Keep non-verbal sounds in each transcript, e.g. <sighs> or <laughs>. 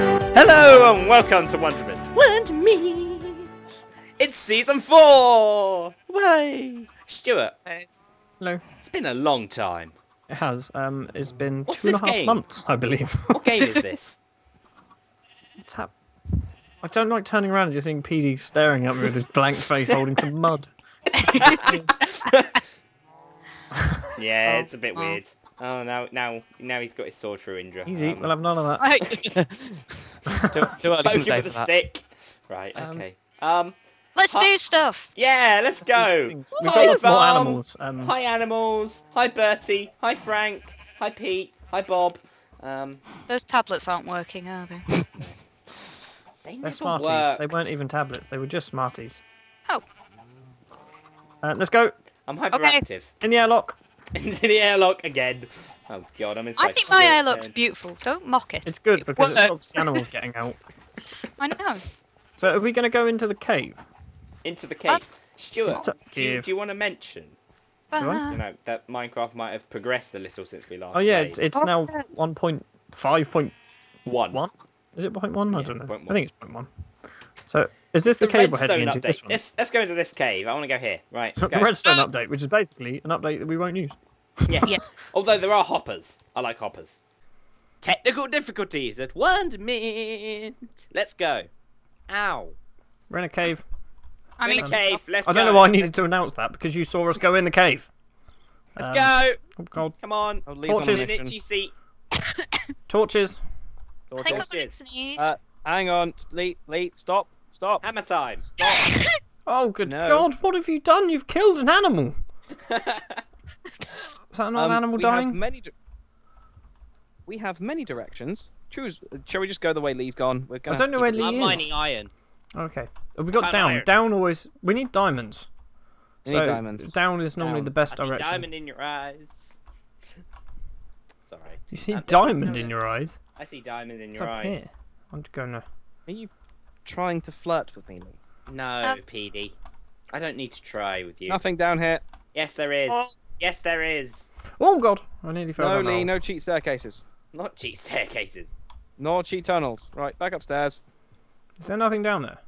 Hello and welcome to Wonderment. Want me? It's season four. Way, Stuart. Hello. It's been a long time. It has. Um, it's been What's two and a this half game? months, I believe. <laughs> What game is <laughs> this? What's hap- I don't like turning around and just seeing PD staring at me with his blank face holding <laughs> some mud. yeah, it's a bit weird. Oh, now, now, now he's got his sword through Indra. Easy, Um, we'll have none of that. <laughs> too, too early poke in the him day with for a that. stick. Right. Um, Okay. Um. Let's Huh? do stuff. Yeah. Let's go. Things. We've got lots more Farm. animals. Um, Hi animals. Hi Bertie. Hi Frank. Hi Pete. Hi Bob. Um. Those tablets aren't working, are they? They they're never smarties. They worked. weren't even tablets. They were just smarties. Oh, Uh, let's go I'm hyperactive. in the airlock. <laughs> Into the airlock again. Oh god, I'm inside. I think my eye Stuart's looks head. beautiful. Don't mock it. It's good because it Works. stops the animals getting out. I know. So are we going to go into the cave? into the cave. Stuart, Into do you, cave. do you want to mention, uh, you know, that Minecraft might have progressed a little since we last Oh yeah, played? it's, it's now one point five point one. one. Is it point one? I Yeah, don't know. point I think it's point one. So is It's this the cave we're redstone heading into? update. This one. Let's, let's go into this cave. I want to go here. Right. <laughs> the Let's go. redstone Ah! update, which is basically an update that we won't use. Yeah. Yeah. Although there are hoppers. I like hoppers. Technical difficulties at one minute. Let's go. Ow. We're in a cave. I In mean, a cave. Let's I don't go. know why I needed to announce that because you saw us go in the cave. Let's Um, go. Oh god, Come on. Oh, Lee's on a Torches. An itchy mission. seat. torches. hang on, Torches. it's these. Uh, hang on, Lee, Lee, stop, stop. Um, Hammer time. Oh good No. god, what have you done? You've killed an <laughs> animal. Is that not Um, an animal we dying? Have many di- we have many directions. Choose. Shall we just go the way Lee's gone? We're gonna I have don't to know where keep- Lee I'm is. mining iron. Okay, Have we got found down. iron. Down always. We need diamonds. We need So, diamonds. Down is normally Down. the best Um, I see direction. diamond in your eyes. Sorry. You see Um, diamond in your eyes. I see diamond in It's your up eyes. here. I'm just gonna. Are you trying to flirt with me, Lee? No, Um, PD. I don't need to try with you. Nothing down here. Yes, there is. Oh. Yes, there is. Oh god, I nearly fell No, down. the Lee. hole. No cheat staircases. Not cheat <laughs> staircases. Nor cheat tunnels. Right, back upstairs. Is there nothing down there?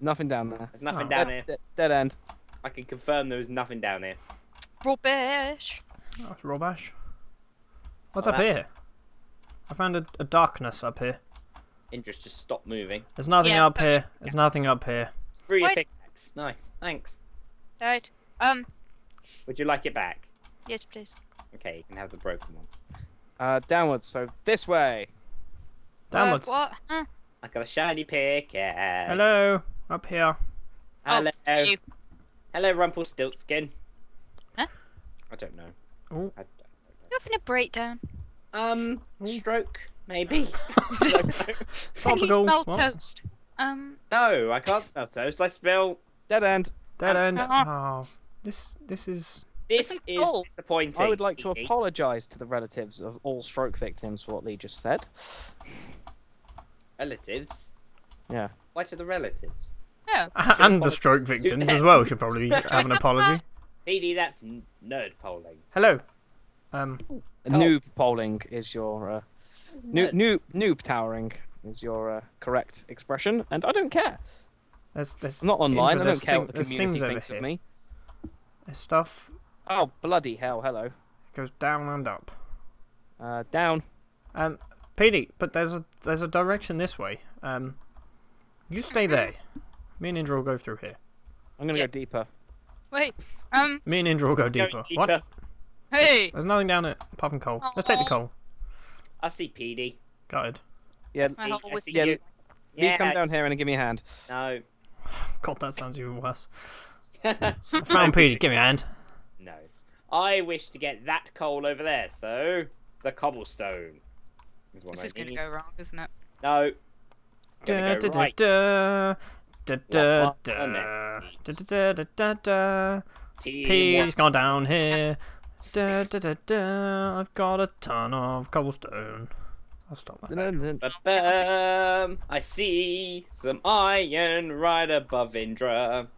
Nothing down there. There's nothing Oh. down dead, here. dead- dead end. I can confirm there was nothing down here. Rubbish. Oh, it's rubbish. What's Oh, up that- here? I found a, a darkness up here. Interest just stopped moving. There's nothing Yeah, up it's- here. There's nothing up here. Free Why- pickaxe. Nice. Thanks. Right. Um. Would you like it back? Yes, please. Okay, you can have the broken one. Uh, downwards. So this way. Downwards. Uh, what? Huh? I got a shiny pickaxe. Hello. Up here. <laughs> Hello. Oh, you. Hello, Rumpelstiltskin. Huh? I don't know. Oh. I- You're having a breakdown. Um, stroke, maybe. <laughs> Can you Tropical. smell What? toast? Um. no, I can't smell toast. I smell. Dead end. Dead end. Ah. Oh, this this <laughs> is. This It's is cold. disappointing. I would like to Kiki. apologise to the relatives of all stroke victims for what Lee just said. Relatives? Yeah. Why to the relatives? No. And the stroke victims as well should <laughs> probably have an apology. PD, that's n- nerd polling. Hello. Um. Oh. Noob polling is your uh, Nerd. noob, noob noob towering is your uh, correct expression, and I don't care. There's there's. I'm not online. Indra, I there's don't care thing- what the there's community things over thinks of here. me. There's stuff Oh bloody hell! Hello. that goes down and up. Uh, down. Um, PD, but there's a there's a direction this way. Um, you stay Mm-hmm. there. Me and Indra will go through here. I'm gonna Yeah. go deeper. Wait. Um. Me and Indra will go deeper. Going What? Hey. There's nothing down it apart from coal. Let's take the Aw. coal. I see PD. Got it. Yeah. My think- whole I was think Yeah. you- Lee, Lee, come down here and give me a hand. No. <laughs> God, that sounds even worse. I found PD. Give me a hand. no. I wish to get that coal over there, so the cobblestone. Is what This I is gonna need. go wrong, isn't it? No. It's Da gonna da go da right. da da da What da on da earth? da da da da. Teamwork. PD's gone down here. Da da da da. I've got a ton of cobblestone. I'll stop that. Dun-dun-dun. Ba-bum. I see some iron right above Indra.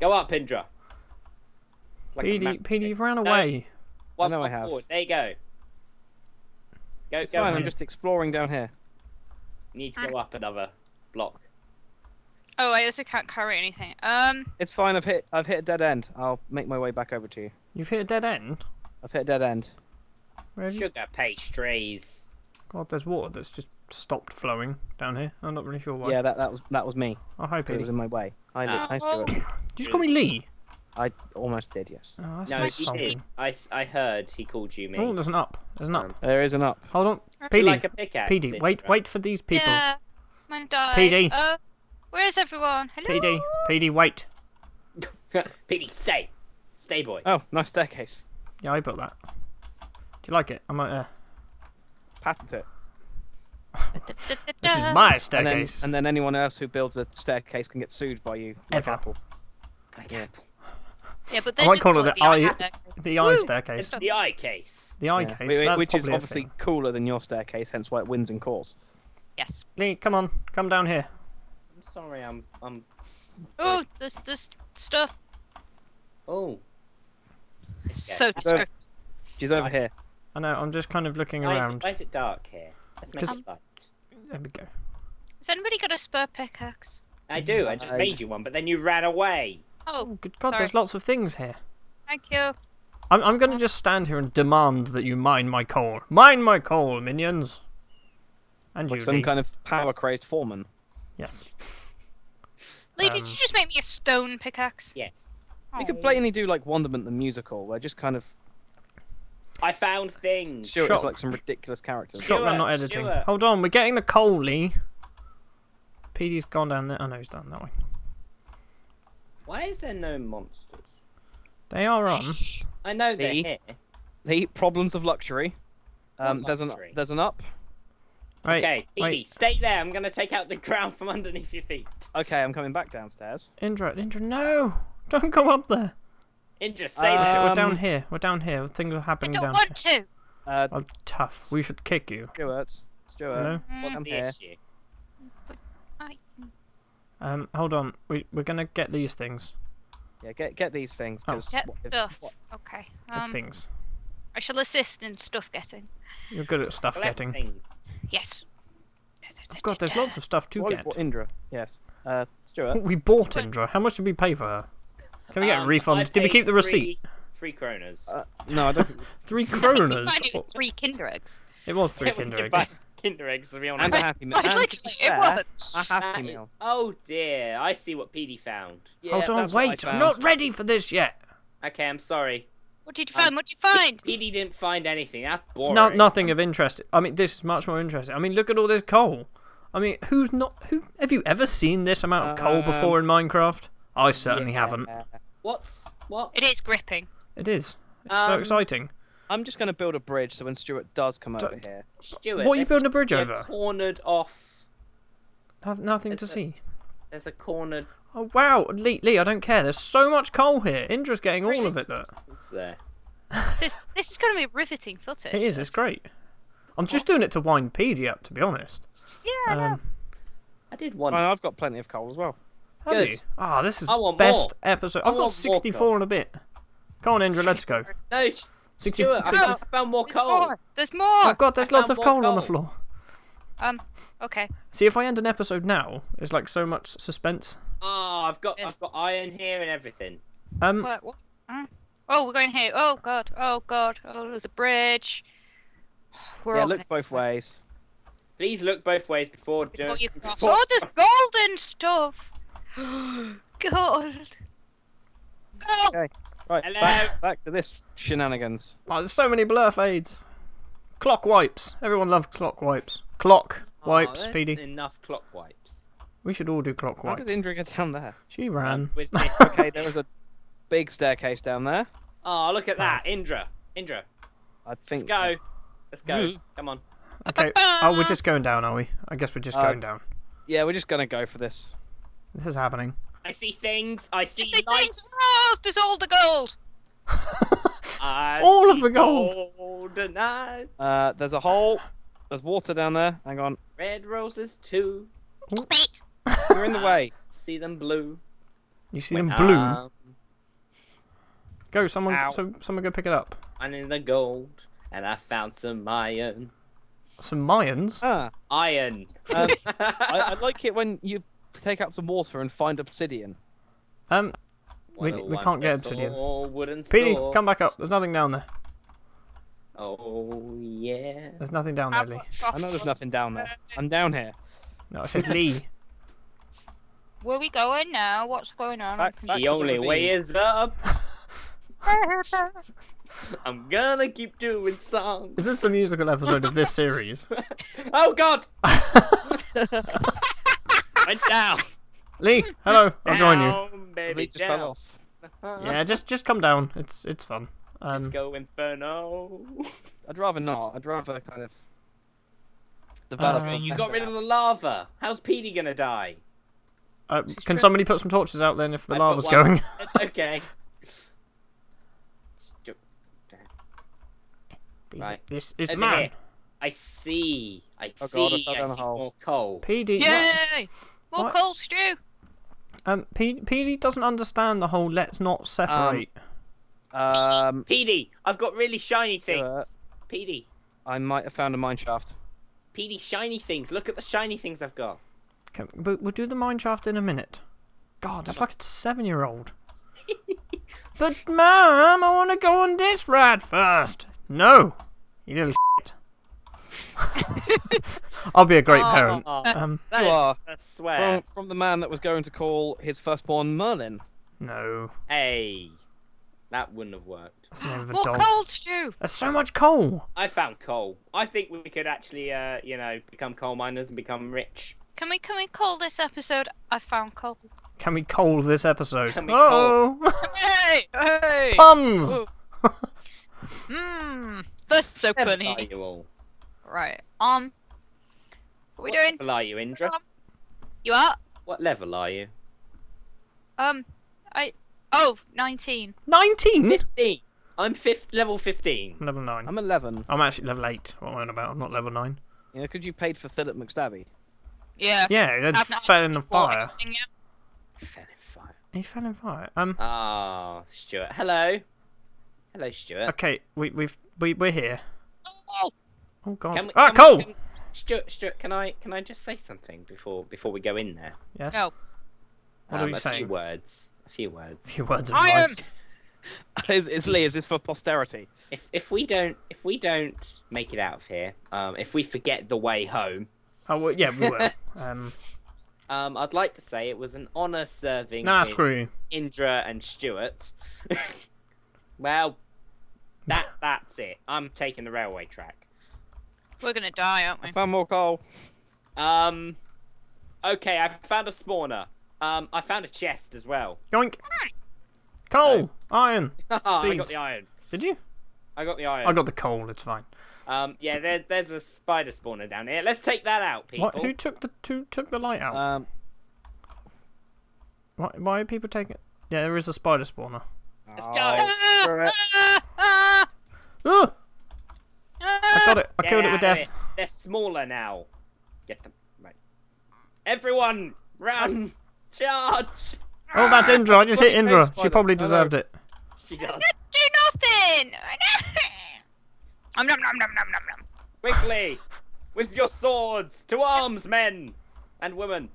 Go up, Indra. It's like a PD, map. PD, you've ran No. away. One I know I foot have. forward. There you go. Go, It's go. fine. I'm Indra. just exploring down here. need to go up another block. Oh, I also can't carry anything. Um, It's fine. I've hit. I've hit a dead end. I'll make my way back over to you. You've hit a dead end. I've hit a dead end. Where have you? Sugar pastries. God, there's water that's just stopped flowing down here. I'm not really sure why. Yeah, that, that was that was me. Oh, hi, It Petey. was in my way. Hi, Lee. Oh. Hi, Stuart. Did you just call me Lee? I almost did. Yes. Oh, that's No, he did. insulting. I, s- I heard he called you me. Oh, there's an up. There's an Um, up. There is an up. Hold on. You Petey. like a pickaxe. Petey, in wait, your- wait for these people. yeah. Mine died. PD. Uh, where's everyone? Hello. Petey, Petey, wait. <laughs> Petey, stay. Stay, boy. Oh, nice staircase. Yeah, I built that. Do you like it? I'm like, uh, Patent it. Da, da, this is da. my And then, staircase. and then anyone else who builds a staircase can get sued by you. Like Ever. Apple. Like apple. Yeah, but I they might just call it got the eye- staircase. the eye Woo! staircase. The eye case. The eye Yeah. case. Wait, wait, that's which is probably a obviously thing. cooler than your staircase, hence why it wins and calls. Yes. Lee, come on, come down here. I'm sorry, I'm. I'm Oh, this this stuff oh. is so So- descriptive. She's over here. I know. I'm just kind of looking Why is, around. it, why is it dark here? Let's make 'Cause- it light. There we go. Has anybody got a spare pickaxe? I do, I just I- made you one, but then you ran away. Oh, Good God, sorry. there's lots of things here. thank you. I'm, I'm going to just stand here and demand that you mine my coal. Mine my coal, minions. And Like you, some Lee. kind of power crazed foreman. Yes. Lee, did Um, you just make me a stone pickaxe? Yes. You Oh, could blatantly do like Wonderment the musical, where just kind of I found things. Stuart Mm, Shot. is like some ridiculous characters. Stop! I'm not Stuart, editing. Stuart. Hold on, we're getting the coal, Lee. PD's gone down there. Oh no, he's down that way. Why is there no monsters? They are um, on. I know they're Lee? here. The problems of luxury. Um, What there's an luxury? there's an up. Wait, Okay, Petey, wait. stay there. I'm gonna take out the ground from underneath your feet. Okay, I'm coming back downstairs. Indra, Indra, no! Don't go up there. Indra, stay Uh, there. We're Um, down here. We're down here. Things are I happening don't down want to. Uh, here. Well, tough. We should kick you. Stuart, Stuart. Oh. Hello. Mm, What's I'm the here. issue? I- Um, hold on. We we're gonna get these things. Yeah, get get these things. Oh. 'cause Get what if- stuff. what- Okay. Good Um, things. I shall assist in stuff getting. You're good at stuff Collect getting. things. Yes. Oh, God, there's lots of stuff to what- get. what- Indra. Yes. Uh, <laughs> Stuart. We bought Indra. How much did we pay for her? Can we get a Um, I refund? Did we paid keep the receipt? three- Three kroners. Uh, no, I don't. think- <laughs> Three I kroners. think it was three Kinder eggs. It was three Yeah, <laughs> we Kinder did eggs. buy Kinder eggs, to be honest. and a <laughs> happy meal. Like, and to be literally, it fair, was. A happy That is- meal. Oh dear, I see what Petey found. Hold on, wait. I'm not ready for this yet. Okay, I'm sorry. What did you Um, find? What did you find? Petey didn't find anything. That's boring. No, nothing of interest. I mean, this is much more interesting. I mean, look at all this coal. I mean, who's not? Who have you ever seen this amount of Um, coal before in Minecraft? I certainly haven't. What's what? It is gripping. It is. It's so Um, exciting. I'm just going to build a bridge so when Stuart does come over Don't- here. Stuart, what are you there building a seems to bridge be over? Cornered off. No- nothing it's to a- see. There's a cornered. Oh wow, Lee, Lee, I don't care. There's so much coal here. Indra's getting all of it. Look. It's there. This is, this is going to be riveting footage. It is. It's great. I'm just doing it to wind Petey up, to be honest. Yeah. I know. Um, I did one. And I've got plenty of coal as well. have Good. you? Ah, this is I want best episode. I've got want more 64 and a bit. Come on, Indra, let's go. No, S- 60, Stuart, I 60 found, I found more There's coal. more. There's Oh more. god, there's I lots found of more coal on the coal. floor. Um. Okay. See, if I end an episode now, it's like so much suspense. Ah, I've got, Yes. I've got iron here and everything. Mm. Um, What? what? Huh? Oh, we're going here. Oh god. Oh god. Oh, there's a bridge. <sighs> We're yeah, all look gonna- both ways. Please look both ways before Before doing. you cross. before- Oh, there's golden stuff. <gasps> Gold. Gold. Right, Hello? back, back to this shenanigans. oh, there's so many blur fades. Clock wipes. Everyone loves clock wipes. Clock Oh, wipes, there's Speedy. Enough clock wipes. We should all do clock How wipes. did Indra get down there? She ran. <laughs> <laughs> With this. Okay, there was a big staircase down there. Oh, look at Ah. that, Indra. Indra, I let's think. go. Let's go. Mm. Come on. okay. Oh, <laughs> we're just going down, are we? I guess we're just Uh, going down. Yeah, we're just gonna go for this. This is <laughs> happening. I see things. I see Just say lights. things. Oh, there's all the gold. I All of see the gold. gold and I- Uh, there's a hole. There's water down there. Hang on. red roses too. Wait. You're in <laughs> the way. See them blue. you see them When blue. I'm- go, someone, Ow. so, someone go pick it up. I'm in the gold, and I found some iron. Some Mayans. Ah, Iron. Um, <laughs> I, <laughs> I like it when you take out some water and find obsidian. Um, we- What a we can't get obsidian. wonderful Wooden Petey, sword. come back up. There's nothing down there. Oh yeah. There's nothing down there, Have Lee. a fuck- I know there's nothing down there. I'm down here. No, I said <laughs> Lee. Where we going now? What's going on? Back- I'm <laughs> back The to only way ravine. is up. confused. I'm gonna keep doing songs. Is this the musical episode of this series? <laughs> Oh God! <laughs> I'm down. <laughs> Lee, hello. I'll join you. Down, The baby, lead just fell down. off. Uh-huh. Yeah, just just come down. It's it's fun. Um, Disco Inferno. I'd rather not. I'd rather kind of Oh, develop. <laughs> Um, you got rid of the lava. How's Petey gonna die? uh, can true. somebody put some torches out then if the I put lava's one. <laughs> going? It's okay. These- Right. This is Over man. here. I see. I Oh God, I see. fell I down a see hole. more coal. PD. Yay! More What? cold stew. Um, P- PD doesn't understand the whole let's not separate. Um, Petey, I've got really shiny uh, things. Petey, I might have found a mine shaft. Petey, shiny things. Look at the shiny things I've got. Can, but we'll do the mine shaft in a minute. God, that's like a seven year old. but, ma'am, I want to go on this ride first. No. You little <laughs> shit. <laughs> I'll be a great parent. Oh, Um, that You is- are I from, swear. from the man that was going to call his firstborn Merlin. no. Hey, that wouldn't have worked. That's the name of a More dog. cold stew. There's so much coal. I found coal. I think we could actually, uh, you know, become coal miners and become rich. Can we can we call this episode I found coal? Can we coal this episode? Can we <laughs> oh, Hey! Hey! puns. Mmm. That's so Are funny. you all? Right. Um. What we What doing? level are you, Indra? Um, You are? What level are you? Um. I. Oh, 19. Nineteen. Fifteen. I'm fifth level fifteen. Level nine. I'm 11. I'm actually level eight. What am I on about? I'm not level nine. You know, because you paid for Philip McStabby. <laughs> Yeah. Yeah, that I've not fell in the actually bought fire. anything yet. Fell in fire. He fell in fire. Um. Ah, Stuart. Hello. Hello, Stuart. Okay, we we've we we're here. Oh, Oh God. Can we- ah, can we- coal. can- Stuart, Stuart, can I can I just say something before before we go in there? Yes. No. What are Um, you a few saying? words. A few words. <laughs> Your words of Iron! advice. is, is Lee, is this for posterity? If if we don't if we don't make it out of here, um, if we forget the way home, Oh well, yeah, we <laughs> will. um. um, I'd like to say it was an honour serving Nah, with screw you. Indra and Stuart. <laughs> well, <laughs> that that's it. I'm taking the railway track. We're gonna die, aren't we? I found more coal. Um, okay, I found a spawner. Um, I found a chest as well. <laughs> Yoink. Coal. Iron. <laughs> I got Seeds. the iron. Did you? I got the iron. Ah, I got the coal. It's fine. Um, yeah, there, there's a spider spawner down here. Let's take that out, people. Uh, What? Who took the who took the light out? Um, why, why are people taking? Yeah, there is a spider spawner. Let's oh, go. screw it. Ah, ah, Ah! I ah. got it. I Get killed it with out of death. here. They're smaller now. Get them. Right. Everyone, <laughs> run! Charge! Oh, that's Indra. I just hit Bloody Indra. thanks, She Spider. probably I know. deserved it. She does. Ah! Do nothing. Um, nom nom nom nom nom nom. Quickly! With your swords! To arms, men! And women.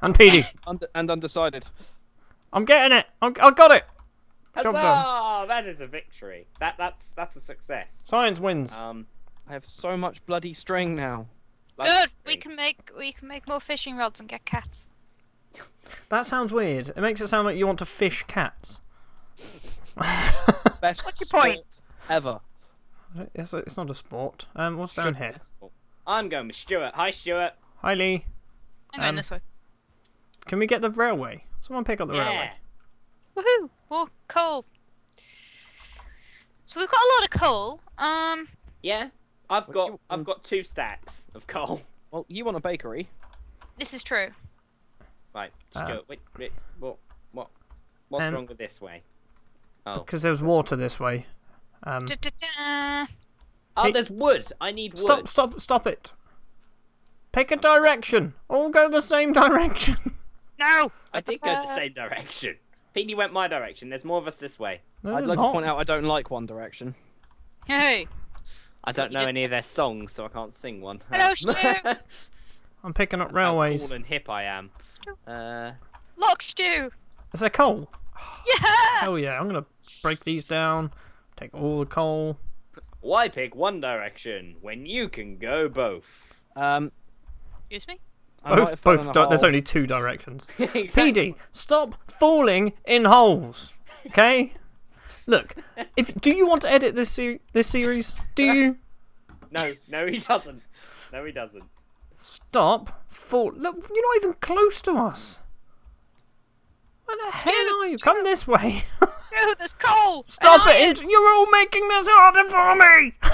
And PD. Und- and undecided. I'm getting it. I'm, I got it. Job done. Huzzah! That is a victory. That that's that's a success. Science wins. Um, I have so much bloody string now. like Good. this We thing. can make we can make more fishing rods and get cats. That sounds weird. It makes it sound like you want to fish cats. <laughs> Best What's your point? sport ever. It's, it's not a sport. Um, what's down here? I'm going with Stuart. Hi, Stuart. Hi, Lee. I'm going Um, this way. Can we get the railway? Someone pick up the railway. Woohoo! More coal. So we've got a lot of coal. Um, Yeah. I've What got you- I've got two stacks of coal. <laughs> Well, you want a bakery. this is true. Right, Ah. Stuart. wait, wait, what what what's Um, wrong with this way? Because there's water this way. Um, Da, da, da. Oh, hey- there's wood. I need wood. stop! Stop! Stop it! Pick a direction. All go the same <laughs> direction. No. I did go <laughs> the same direction. Petey went my direction. There's more of us this way. No, I'd there's like to not. point out I don't like One Direction. Hey. I So don't you know did- any of their songs, so I can't sing one. <laughs> Hello, Uh, Stu. I'm picking up that's how railways. cool and hip I am. Uh, Lock stew. Is there coal? Yeah. Oh yeah, I'm gonna break these down. Take all the coal. why pick one direction when you can go both? <laughs> Um, Excuse me. I might Both, have fallen both. in a Di- there's hole. only two <laughs> directions. Exactly. PD, stop falling in holes. Okay. Look, if do you want to edit this se- this series? Do you No, no, he doesn't. No, he doesn't. stop fall? Look, you're not even close to us. Where the hell are you? Come this way. <laughs> No, there's coal. Stop it! Int- You're all making this harder for me.